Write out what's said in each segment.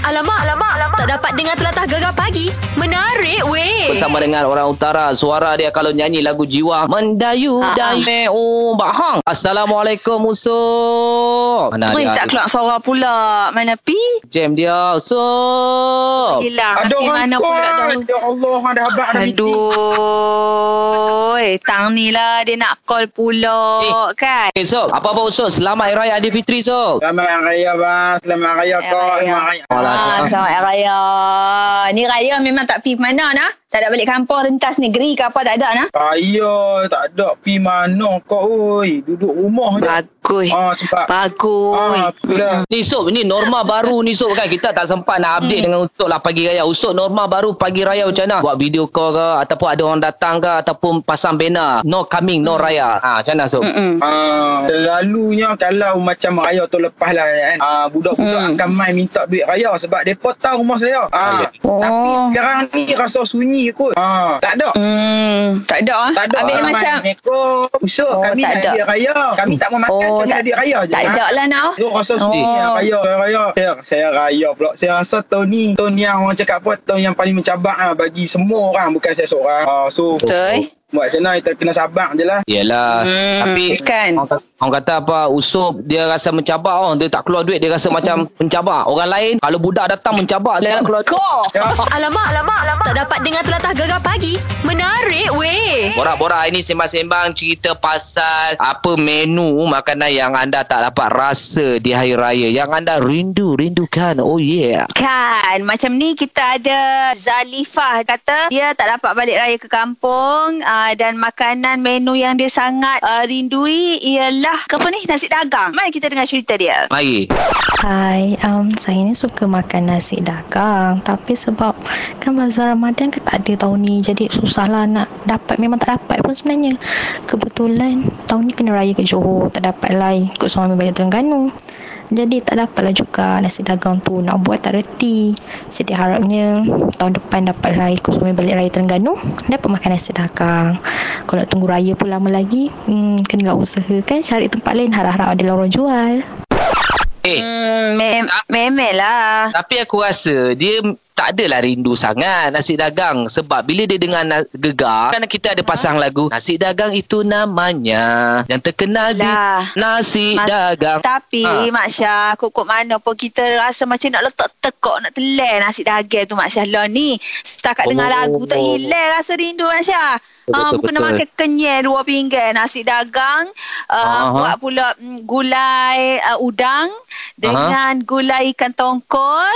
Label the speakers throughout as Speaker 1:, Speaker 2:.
Speaker 1: Alamak, alamak, alamak. Tak dapat dengar telatah gegar pagi. Menarik
Speaker 2: Eh.
Speaker 1: weh.
Speaker 3: Bersama dengan orang utara Suara dia kalau nyanyi lagu jiwa Mendayu
Speaker 2: Ha, ha.
Speaker 3: Dayu Bahang Assalamualaikum Usop Mana
Speaker 2: Oi,
Speaker 3: dia
Speaker 2: tak keluar suara pula. Mana pi?
Speaker 3: Jam dia Usop
Speaker 2: Hilang.
Speaker 4: Ada
Speaker 2: Nanti
Speaker 4: orang
Speaker 2: mana pula dah.
Speaker 4: call. Ya Allah, ada habak ada meeting.
Speaker 2: Aduh, eh, tang ni lah dia nak call pula eh. kan.
Speaker 3: Okay, Sob. Apa-apa Usop. Selamat Hari Raya Aidilfitri, Sob.
Speaker 4: Selamat Raya, bang. Selamat Raya,
Speaker 2: Selamat
Speaker 4: kau.
Speaker 2: Raya.
Speaker 4: Selamat Raya.
Speaker 3: Alah,
Speaker 2: Ah,
Speaker 3: Sob.
Speaker 2: selamat raya. Ni raya memang tak pergi mana nah. Tak nak balik kampung rentas negeri ke apa tak ada nah.
Speaker 4: Raya, tak ada pi mana kau, oi. Duduk rumah je.
Speaker 2: Bagus.
Speaker 4: Ah, sebab.
Speaker 2: Bagus.
Speaker 4: Ah, pula.
Speaker 3: Ni Sob, ni norma baru ni Sob kan. Kita tak sempat nak update hmm. dengan Usop lah pagi raya. Usop norma baru pagi raya macam mana? Buat video call ke ataupun ada orang datang ke ataupun pasang banner. No coming,
Speaker 2: Hmm.
Speaker 3: no raya. Ha, macam mana Sob?
Speaker 2: Mm-mm.
Speaker 4: Ah, selalunya kalau macam raya tu lepas lah kan. Ah, budak-budak
Speaker 2: Hmm.
Speaker 4: akan main minta duit raya sebab depa tahu rumah saya. Ah,
Speaker 2: Oh.
Speaker 4: tapi sekarang ni rasa sunyi kot. Ah, tak ada.
Speaker 2: Hmm, tak ada ah.
Speaker 4: Tak ada
Speaker 2: Habis
Speaker 4: orang
Speaker 2: macam
Speaker 4: main neko. Usuk
Speaker 2: Oh,
Speaker 4: oh, kami
Speaker 2: tak
Speaker 4: tak
Speaker 2: ada.
Speaker 4: ada raya. Kami tak mau makan,
Speaker 2: Oh,
Speaker 4: kami
Speaker 2: tak-
Speaker 4: ada duit raya je.
Speaker 2: tak
Speaker 4: Ah.
Speaker 2: ada lah nak.
Speaker 4: Dia rasa
Speaker 2: Oh.
Speaker 4: sedih oh. raya, saya raya. Saya, saya raya pula. Saya rasa tahun ni, tahun yang orang cakap apa, tahun yang paling mencabar lah bagi semua orang, bukan saya seorang. Ah, so,
Speaker 2: Betul.
Speaker 4: buat macam mana, kita kena sabar je lah.
Speaker 3: Yelah.
Speaker 2: Hmm,
Speaker 3: Tapi
Speaker 2: kan.
Speaker 3: orang kata, orang kata apa Usop dia rasa mencabar oh dia tak keluar duit dia rasa macam mencabar. Orang lain kalau budak datang mencabar dia tak keluar duit.
Speaker 2: Kau.
Speaker 4: Ya.
Speaker 1: Alamak, alamak, alamak. Tak dapat dengar telatah gegar pagi. Menarik weh.
Speaker 3: Borak-borak hari ni sembang-sembang cerita pasal apa menu makanan yang anda tak dapat rasa di hari raya yang anda rindu-rindukan. Oh yeah.
Speaker 2: Kan Macam ni kita ada Zalifah kata Dia tak dapat balik raya ke kampung uh, Dan makanan menu yang dia sangat uh, rindui Ialah ke Apa ni? Nasi dagang Mari kita dengar cerita dia
Speaker 3: Mari.
Speaker 5: Hai, um, saya ni suka makan nasi dagang Tapi sebab kan bazar Ramadan kan tak ada tahun ni Jadi susahlah nak dapat, memang tak dapat pun sebenarnya Kebetulan tahun ni kena raya ke Johor Tak dapat lah ikut suami balik Terengganu Jadi tak dapat lah juga nasi dagang tu Nak buat tak reti Jadi harapnya tahun depan dapat lah ikut suami balik raya Terengganu Dapat makan nasi dagang Kalau tunggu raya pun lama lagi hmm, Kenalah usaha kan cari tempat lain Harap-harap ada lorong jual
Speaker 3: Eh,
Speaker 2: Hmm, mem- memelah
Speaker 3: Tapi aku rasa dia tak adalah rindu sangat nasi dagang sebab bila dia dengar na- gegar kan kita ada pasang
Speaker 2: Ah.
Speaker 3: lagu nasi dagang itu namanya yang terkenal di
Speaker 2: Lah
Speaker 3: nasi
Speaker 2: Mas-
Speaker 3: dagang
Speaker 2: tapi ha. Mak Syah Kok-kok mana pun kita rasa macam nak letak tekok Nak telan nasi dagang tu Mak Syah Lah ni Setakat oh. dengar
Speaker 3: Oh.
Speaker 2: lagu tak hilang rasa rindu Mak Syah Ah,
Speaker 3: Betul,
Speaker 2: kena
Speaker 3: betul.
Speaker 2: makan kenyal dua pinggan nasi dagang
Speaker 3: Aha.
Speaker 2: uh, buat pula mm, gulai uh, udang dengan gulai ikan tongkol.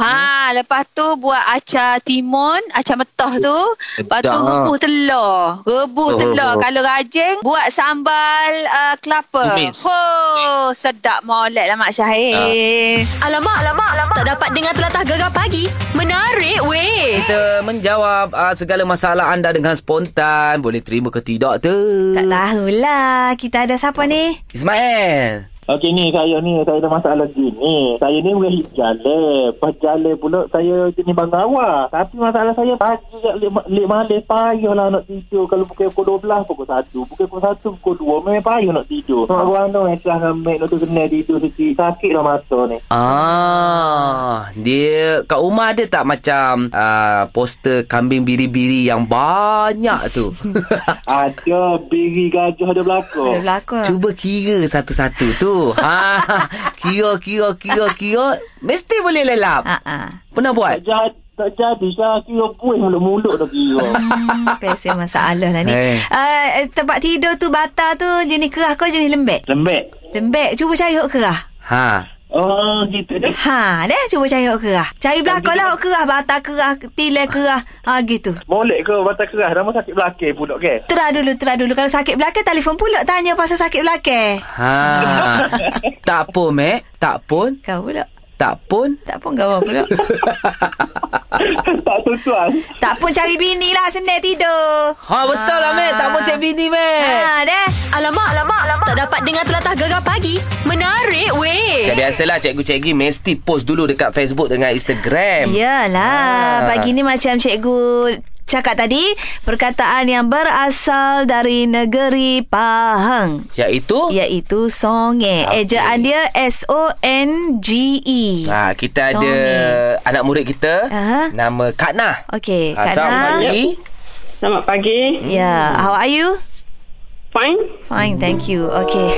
Speaker 2: Ha lepas tu buat acar timun, acar metah tu. Lepas tu
Speaker 3: Sedap, ha.
Speaker 2: rebus telur. Rebus
Speaker 3: Oh.
Speaker 2: telur kalau rajin buat sambal uh, kelapa.
Speaker 3: Tumis.
Speaker 2: Oh sedap molek lah Mak Syahir.
Speaker 1: Alamak, alamak, alamak. Tak dapat dengar telatah gegar pagi. Menarik weh.
Speaker 6: Kita menjawab uh, segala masalah anda dengan spontan. Boleh terima ke tidak tu?
Speaker 7: Tak tahulah Kita ada siapa ni
Speaker 6: Ismail.
Speaker 8: Okey ni saya ni saya ada masalah gini. Saya ni bukan hit jalan. Pas jalan pula saya jenis banggawa. Tapi masalah saya pagi kat lek malam payah lah nak tidur. Kalau bukan pukul 12 pukul 1. Bukan pukul 1 pukul 2 memang payah nak tidur. eh, Mak gua no esah ngamek nak tu kena tidur sikit. Sakit lah mata ni.
Speaker 6: Ah, dia kat rumah ada tak macam uh, poster kambing biri-biri yang banyak tu?
Speaker 8: Ada biri gajah ada belakang.
Speaker 7: Ada belakang
Speaker 6: Cuba kira satu-satu tu. Ha, kira kira kira kira mesti boleh lelap.
Speaker 7: Ah ah.
Speaker 6: Pernah buat?
Speaker 8: Tak jadi, tak jadi lah. Kira buih mulut-mulut dah kira.
Speaker 3: Ah.
Speaker 7: Hmm, Pesen masalah lah ni
Speaker 6: Eh.
Speaker 7: uh, Tempat tidur tu Bata tu Jenis kerah kau jenis lembek
Speaker 8: Lembek.
Speaker 7: Lembek Cuba cari hok kerah
Speaker 6: Ha.
Speaker 8: Oh gitu dah.
Speaker 7: Ha, deh cuba cari hok kerah. Cari belakang lah hok kerah, bata kerah, tilai kerah. Ha gitu.
Speaker 8: Molek ke batas kerah. Dah sakit belakang pula ke?
Speaker 7: Terah dulu, terah dulu. Kalau sakit belakang, telefon pula tanya pasal sakit belakang.
Speaker 6: Ha. tak pun, Mek. Tak pun.
Speaker 7: Kau pula.
Speaker 6: Tak pun.
Speaker 7: Tak pun kawan pula.
Speaker 8: tak tuan.
Speaker 7: tak pun cari bini lah, senang tidur.
Speaker 6: Ha, betul lah, Mek. Tak
Speaker 7: Ah.
Speaker 6: pun cek bini, Mek.
Speaker 7: Ha, deh.
Speaker 1: Eh. Alamak, alamak, alamak. Tak dapat dengar telatah gegar pagi. Menarik weh.
Speaker 6: Macam biasalah cikgu-cikgu mesti post dulu dekat Facebook dengan Instagram.
Speaker 7: Yalah,
Speaker 6: Ah.
Speaker 7: pagi ni macam cikgu cakap tadi, perkataan yang berasal dari negeri Pahang.
Speaker 6: Iaitu
Speaker 7: Iaitu songe.
Speaker 6: Okey.
Speaker 7: Ejaan dia S-O-N-G-E.
Speaker 1: Ah.
Speaker 6: Ha, kita ada anak murid kita
Speaker 7: Aha.
Speaker 6: nama Kak Nah.
Speaker 7: Okey, Kak
Speaker 6: Ah,
Speaker 7: Nah.
Speaker 6: Assalamualaikum.
Speaker 9: Selamat pagi.
Speaker 7: Ya, how are you?
Speaker 9: Fine.
Speaker 7: Fine, thank you. Okay.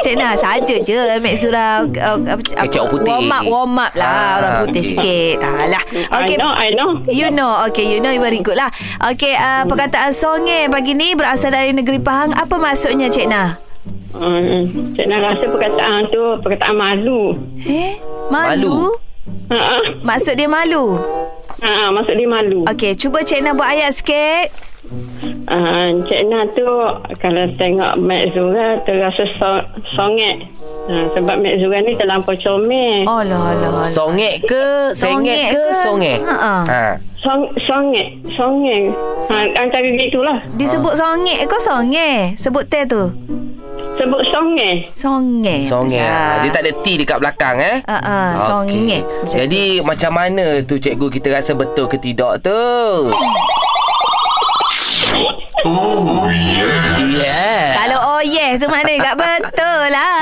Speaker 7: Cik Nah saja je Mek Zura uh, apa,
Speaker 6: Kecik Hmm. orang putih.
Speaker 7: Warm up Warm up lah
Speaker 6: Ah,
Speaker 7: Orang putih
Speaker 6: okey.
Speaker 7: sikit Alah
Speaker 9: I know, I know.
Speaker 7: You know Okay you know you very good lah Okay uh, Perkataan songe pagi ni Berasal dari negeri Pahang Apa maksudnya Cik Nah?
Speaker 9: Hmm, Cik Nah rasa perkataan tu perkataan malu.
Speaker 7: Eh? Malu?
Speaker 9: Ha ah.
Speaker 7: Maksud dia malu
Speaker 9: Ha ah, maksud dia malu.
Speaker 7: Okay cuba Cik Nah buat ayat sikit
Speaker 9: Ah, Cik Nah tu kalau tengok Mek Zura terasa so- songek. Ha, sebab Mek Zura ni terlampau comel. Oh.
Speaker 7: Alah alah alah
Speaker 6: Songek ke
Speaker 7: Songek
Speaker 6: Sengek ke
Speaker 7: ke?
Speaker 6: Songek
Speaker 7: Ha, ah.
Speaker 6: ha.
Speaker 9: Song, songek, songek. Ha, antara gitulah.
Speaker 6: Ah.
Speaker 7: Disebut songe ke songe? Sebut teh tu
Speaker 9: Sebut songek.
Speaker 7: Songe
Speaker 6: Songek
Speaker 7: Ah.
Speaker 6: ha. Dia tak ada T dekat belakang eh
Speaker 7: Ah, ah, songek.
Speaker 6: Okey.
Speaker 7: Macam
Speaker 6: Jadi macam mana tu cikgu kita rasa betul ke tidak tu Oh yeah
Speaker 7: Kalau oh yes tu maknanya tak betul lah.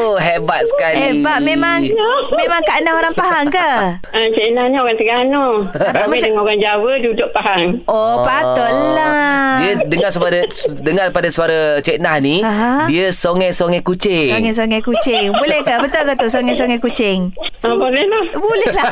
Speaker 6: Oh hebat sekali
Speaker 7: Hebat memang memang Kak Nah orang Pahang ke?
Speaker 9: Ya. Ah, Cik Nah ni orang Terengganu. Tapi dengan orang Jawa duduk Pahang.
Speaker 10: Ah.
Speaker 7: Oh patutlah.
Speaker 6: Ah. Dia dengar suara dengar pada suara Cik Nah ni,
Speaker 7: Aha.
Speaker 6: dia songai-songai kucing.
Speaker 7: Songai-songai kucing. Boleh ke? Betul ke tu songai-songai kucing?
Speaker 9: Ha, boleh lah.
Speaker 7: Boleh lah.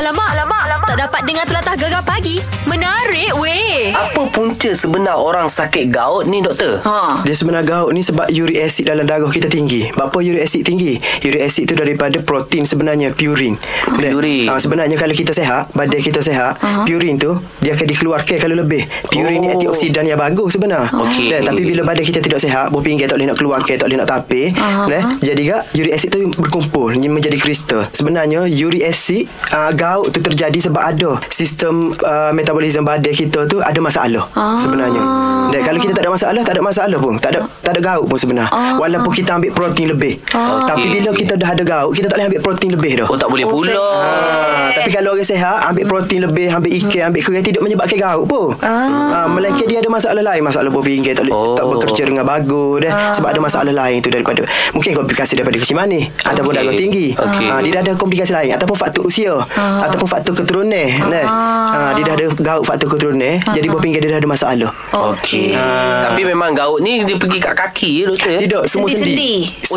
Speaker 1: Alamak, alamak, alamak. Tak dapat dengar telatah gegar pagi. Menarik weh.
Speaker 6: Apa punca sebenar orang sakit gaut ni doktor?
Speaker 1: Ha.
Speaker 10: Dia sebenarnya gaut ni sebab uric acid dalam darah kita tinggi. Apa uric acid tinggi? Uric acid tu daripada protein sebenarnya purin. Boleh?
Speaker 6: Purin.
Speaker 10: Ah, sebenarnya kalau kita sehat, badan kita sehat, uh-huh. purin tu dia akan dikeluarkan kalau lebih. Purin oh. ni
Speaker 6: Oh.
Speaker 10: antioksidan yang bagus sebenar.
Speaker 6: Okey.
Speaker 10: Boleh? Tapi bila badan kita tidak sehat, berpinggir tak boleh nak keluarkan, tak boleh nak tapir, uh-huh. boleh? Jadi gak uric acid tu berkumpul dia menjadi kristal. Sebenarnya uric acid uh, gaut tu terjadi sebab ada sistem uh, metabolisme badan kita tu ada masalah uh-huh. sebenarnya. Dan kalau kita tak ada masalah, tak ada masalah pun. Tak ada tak ada gaut pun sebenarnya. Walaupun kita ambil protein lebih. Tapi
Speaker 6: Okey.
Speaker 10: bila kita dah ada gaut, kita tak boleh ambil protein lebih dah.
Speaker 6: Oh tak boleh pula.
Speaker 10: Ah, tapi kalau orang sehat ambil protein lebih ambil ikan ambil kerang tidak menyebabkan gaut pun ah. melainkan dia ada masalah lain masalah berpinggir tak, oh.
Speaker 6: Oh.
Speaker 10: tak bekerja dengan bagus dah
Speaker 7: Ah.
Speaker 10: sebab ada masalah lain tu daripada mungkin komplikasi daripada kecil manis ataupun darah tinggi
Speaker 6: Okey.
Speaker 10: ah, dia dah ada komplikasi lain ataupun faktor usia
Speaker 7: Ah.
Speaker 10: ataupun faktor keturunan dah ah, dia dah ada gaut faktor keturunan
Speaker 7: Ah.
Speaker 10: jadi berpinggir dia dah ada masalah
Speaker 6: Okey. Ah. Tapi memang gaut ni dia pergi kat kaki ya doktor.
Speaker 10: tidak semua sendi.
Speaker 7: Sendi-sendi.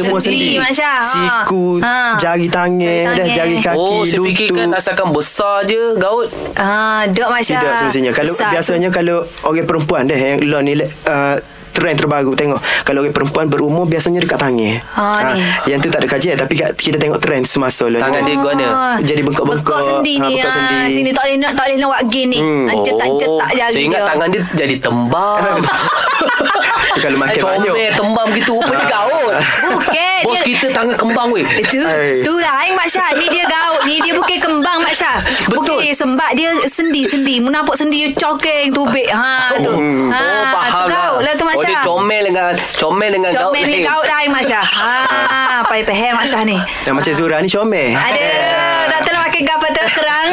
Speaker 10: Semua
Speaker 7: Sendi,
Speaker 10: sendi.
Speaker 7: Masya. Ha.
Speaker 10: Siku,
Speaker 7: Ha.
Speaker 10: jari tangan,
Speaker 7: Jari
Speaker 10: dah
Speaker 7: tangan.
Speaker 10: jari kaki,
Speaker 6: Oh, saya
Speaker 10: lutut.
Speaker 6: fikirkan asalkan besar je gaut.
Speaker 7: Ah, dok Masya.
Speaker 10: Tidak semestinya Kalau
Speaker 7: Besar tu.
Speaker 10: biasanya kalau orang perempuan dah yang law ni uh, trend terbaru tengok kalau orang perempuan berumur biasanya dekat tangan.
Speaker 7: Ah, ni.
Speaker 10: yang tu tak ada kajian tapi kat- kita tengok trend semasa lah.
Speaker 6: Tangan dia guana.
Speaker 7: Ah,
Speaker 10: Jadi bengkok-bengkok.
Speaker 7: Bengkok sendi
Speaker 10: Ah,
Speaker 7: ni.
Speaker 10: bengkok
Speaker 7: ah.
Speaker 10: sendi.
Speaker 7: Sini tak boleh nak tak boleh nak buat gini ni.
Speaker 10: Hmm.
Speaker 7: Ah, Cetak-cetak jari
Speaker 6: Oh. Saya ingat
Speaker 7: dia.
Speaker 6: tangan dia jadi tembam.
Speaker 10: Tu kalau makan banyak.
Speaker 6: Comel tembam gitu Rupanya gaut.
Speaker 7: Bukan,
Speaker 6: Bos
Speaker 7: dia-
Speaker 6: kita tangan kembang weh.
Speaker 7: Itu
Speaker 10: Hai.
Speaker 7: Eh, tu lain Mak Syah Ni dia gaut Ni dia bukan kembang Mak Syah
Speaker 6: Betul.
Speaker 7: Bukan sembak dia sendi-sendi Menapuk sendi dia cokeng tubik Ha tu ha,
Speaker 6: oh, faham
Speaker 7: tu
Speaker 6: lah.
Speaker 7: gaut lah tu Mak
Speaker 6: Oh, dia
Speaker 7: Syah
Speaker 6: comel dengan comel dengan eh. gaut.
Speaker 7: Comel ni
Speaker 6: lain.
Speaker 7: gaut lain Mak Syah Ha Pai peher Mak Syah ni
Speaker 10: Yang macam Zura ni comel.
Speaker 7: Ada Dato' nak pakai gapa terang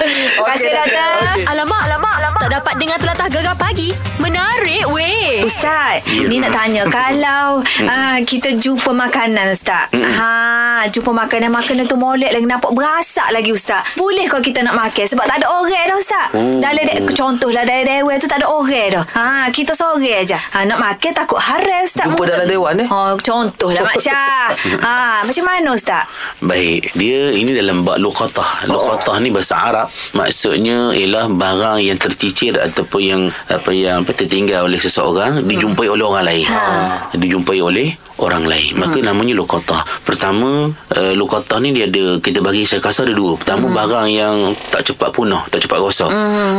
Speaker 7: Terima kasih Dato'
Speaker 1: Alamak, alamak, alamak. Tak dapat dengar telatah gegar pagi. Menarik weh.
Speaker 7: Ustaz, yeah. ni nak tanya kalau ah, kita jumpa makanan ustaz. Ha, jumpa makanan makanan tu molek lagi nampak berasak lagi ustaz. Boleh kau kita nak makan sebab tak ada orang dah ustaz. Oh. Dalam de- contohlah dalam dewan tu tak ada orang dah. Ha, kita seorang aja. Ha, nak makan takut haram ustaz.
Speaker 6: Jumpa
Speaker 7: Mungkin-
Speaker 6: dalam dewan, eh?
Speaker 7: Oh, contohlah Mak Syah. ha, macam mana ustaz?
Speaker 11: Baik, dia ini dalam bab luqatah. Luqatah ni bahasa Arab. Maksudnya ialah barang yang tercicir ataupun yang apa yang apa tertinggal oleh seseorang dijumpai oleh orang lain. Hmm. Ha. Hmm. Dijumpai oleh orang lain. Maka namanya luqatah. Pertama, uh, luqatah ni dia ada kita bagi secara kasar ada dua. Pertama barang yang tak cepat punah, tak cepat rosak.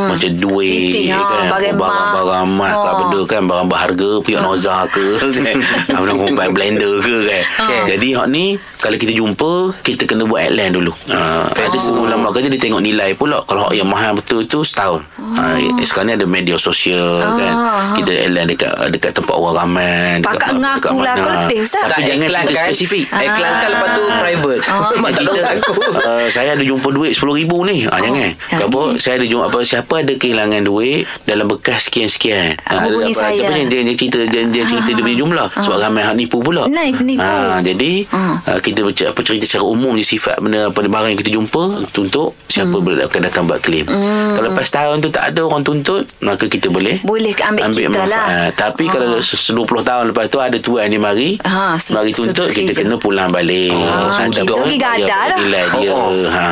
Speaker 11: Macam duit
Speaker 7: Fitih,
Speaker 11: kan,
Speaker 7: ha, barang emas.
Speaker 11: barang-barang emas
Speaker 7: Ha.
Speaker 11: oh. benda kan barang berharga,
Speaker 7: Ah.
Speaker 11: pihak noza ke kan. Abang kumpai blender ke kan.
Speaker 7: Ah.
Speaker 11: Jadi hak ni kalau kita jumpa kita kena buat outline dulu. Uh, ada semua ulama kata dia tengok nilai pula kalau hak yang mahal betul tu setahun. Ah, sekarang ni ada
Speaker 7: Ah.
Speaker 11: media sosial kan. Kita outline dekat dekat tempat orang ramai, dekat
Speaker 7: Pakak
Speaker 11: dekat
Speaker 7: ngaku lah.
Speaker 11: mana.
Speaker 7: Kalau Sensitif Ustaz Ah.
Speaker 11: Tapi jangan kita spesifik.
Speaker 3: Iklankan kan. lepas tu private. Mak tak
Speaker 11: Kita,
Speaker 3: tahu aku.
Speaker 11: uh, saya ada jumpa duit RM10,000 ni.
Speaker 7: Oh,
Speaker 11: Ah, jangan. Kamu saya ada jumpa apa siapa ada kehilangan duit dalam bekas sekian-sekian. Ah,
Speaker 7: Hubungi
Speaker 11: apa-
Speaker 7: saya. Ah,
Speaker 11: Apa ni, dia, dia cerita dia, dia cerita dia punya jumlah. Sebab ramai hak nipu pula.
Speaker 7: Naib, nipu.
Speaker 11: Ah, jadi ah, kita baca apa cerita secara umum je sifat benda apa barang yang kita jumpa tuntut siapa
Speaker 7: Hmm.
Speaker 11: boleh akan datang buat claim. Kalau lepas tahun tu tak ada orang tuntut maka kita boleh
Speaker 7: Boleh ambil, ambil kita lah
Speaker 11: manfaat. Ah, Tapi kalau 20 tahun lepas tu ada tuan dia mari,
Speaker 7: Ha, su-
Speaker 11: mari
Speaker 7: suruh
Speaker 11: tuntut kita
Speaker 7: kerja.
Speaker 11: kena pulang balik.
Speaker 7: Ah,
Speaker 11: Tak
Speaker 7: kita pergi
Speaker 11: boleh bayar
Speaker 7: gadar lah.
Speaker 11: Nilai dia.
Speaker 7: Oh, oh.
Speaker 11: Ha.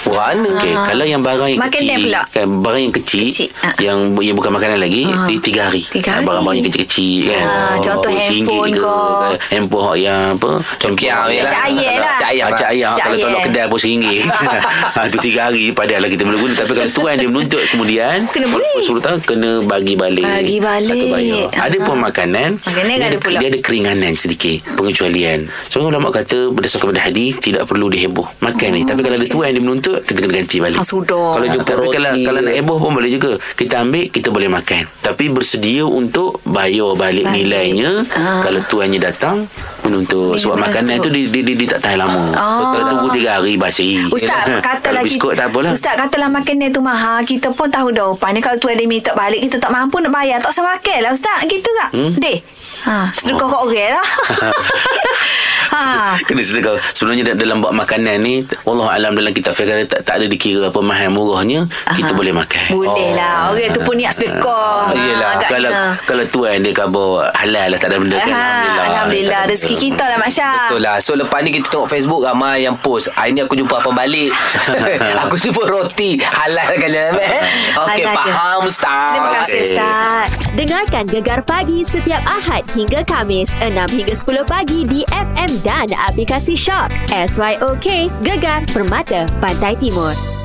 Speaker 3: Berana.
Speaker 11: Okay,
Speaker 7: Ah.
Speaker 11: kalau yang barang yang
Speaker 7: Makan dia
Speaker 11: kecil,
Speaker 7: pula.
Speaker 11: kan, barang yang kecil,
Speaker 7: Kecil, ah.
Speaker 11: yang yang bukan makanan lagi,
Speaker 7: Ah.
Speaker 11: di tiga hari.
Speaker 7: Tiga hari.
Speaker 11: Barang-barang yang kecil-kecil kan.
Speaker 7: Ah, contoh
Speaker 11: RM1
Speaker 7: handphone
Speaker 11: ke,
Speaker 7: kau.
Speaker 11: kan, handphone hak yang apa?
Speaker 3: Cokiang
Speaker 11: handphone
Speaker 3: je
Speaker 11: yang-
Speaker 3: lah. Cak
Speaker 7: ayah lah.
Speaker 11: Cak ayah.
Speaker 3: Cak
Speaker 11: Cak ayah.
Speaker 7: ayah.
Speaker 11: Kalau
Speaker 7: Cak
Speaker 11: tolak
Speaker 7: ayah.
Speaker 11: kedai pun RM1. ha, itu tiga hari padahal lah kita boleh guna. Tapi kalau tuan dia menuntut kemudian,
Speaker 7: Kena beli.
Speaker 11: walaupun 10 tahun, kena bagi balik.
Speaker 7: Bagi balik.
Speaker 11: Satu bayar. Ada pun
Speaker 7: Ah.
Speaker 11: makanan,
Speaker 7: Makanan
Speaker 11: dia
Speaker 7: ada
Speaker 11: ada,
Speaker 7: pula.
Speaker 11: dia ada keringanan sedikit, pengecualian. Sebab ulama kata berdasarkan pada hadis tidak perlu diheboh makan ni. Tapi kalau ada tuan dia menuntut, kita kena ganti balik.
Speaker 7: Hmm. Ah, sudah.
Speaker 11: Kalau jumpa
Speaker 3: Atau
Speaker 11: tapi kalau,
Speaker 3: roti.
Speaker 11: kalau nak heboh pun boleh juga. Kita ambil, kita boleh makan. Tapi bersedia untuk bayar balik,
Speaker 7: Balik.
Speaker 11: nilainya
Speaker 7: Ah.
Speaker 11: kalau tuannya datang menuntut.
Speaker 7: Dia menuntut.
Speaker 11: Sebab
Speaker 7: Ah.
Speaker 11: makanan tu dia, dia, dia, dia tak tahan lama. Kalau tunggu tiga hari basi.
Speaker 7: Ustaz
Speaker 11: Ha,
Speaker 7: kata
Speaker 11: kalau
Speaker 7: lagi
Speaker 11: biskut tak apalah.
Speaker 7: Ustaz katalah makanan tu mahal Kita pun tahu dah upah ni Kalau tuan dia minta balik Kita tak mampu nak bayar Tak usah makan lah Ustaz Gitu tak hmm? Deh ha, Seruka oh. orang lah ha.
Speaker 11: Kena sedekah Sebenarnya da- dalam bab makanan ni Allah Alam dalam kitab fiqh kata tak, tak ada dikira apa mahal murahnya Kita boleh makan Oh.
Speaker 7: Boleh lah Orang tu pun niat sedekah
Speaker 11: Ah, Yelah
Speaker 7: agak
Speaker 11: Kalau
Speaker 7: kena.
Speaker 11: kalau tuan dia khabar Halal lah tak ada benda kan
Speaker 7: Ha,
Speaker 11: Alhamdulillah
Speaker 7: Alhamdulillah Rezeki kita lah Mak Syah
Speaker 3: Betul lah So lepas ni kita tengok Facebook Ramai yang post Hari ni aku jumpa apa balik Aku jumpa roti Halal kan eh? Okay
Speaker 1: Halal ke?
Speaker 3: faham Ustaz
Speaker 1: Terima kasih,
Speaker 3: Okey.
Speaker 1: Ustaz. Dengarkan Gegar Pagi setiap Ahad hingga Kamis 6 hingga 10 pagi di FM dan aplikasi Shock. SYOK Gegar Permata Pantai Timur.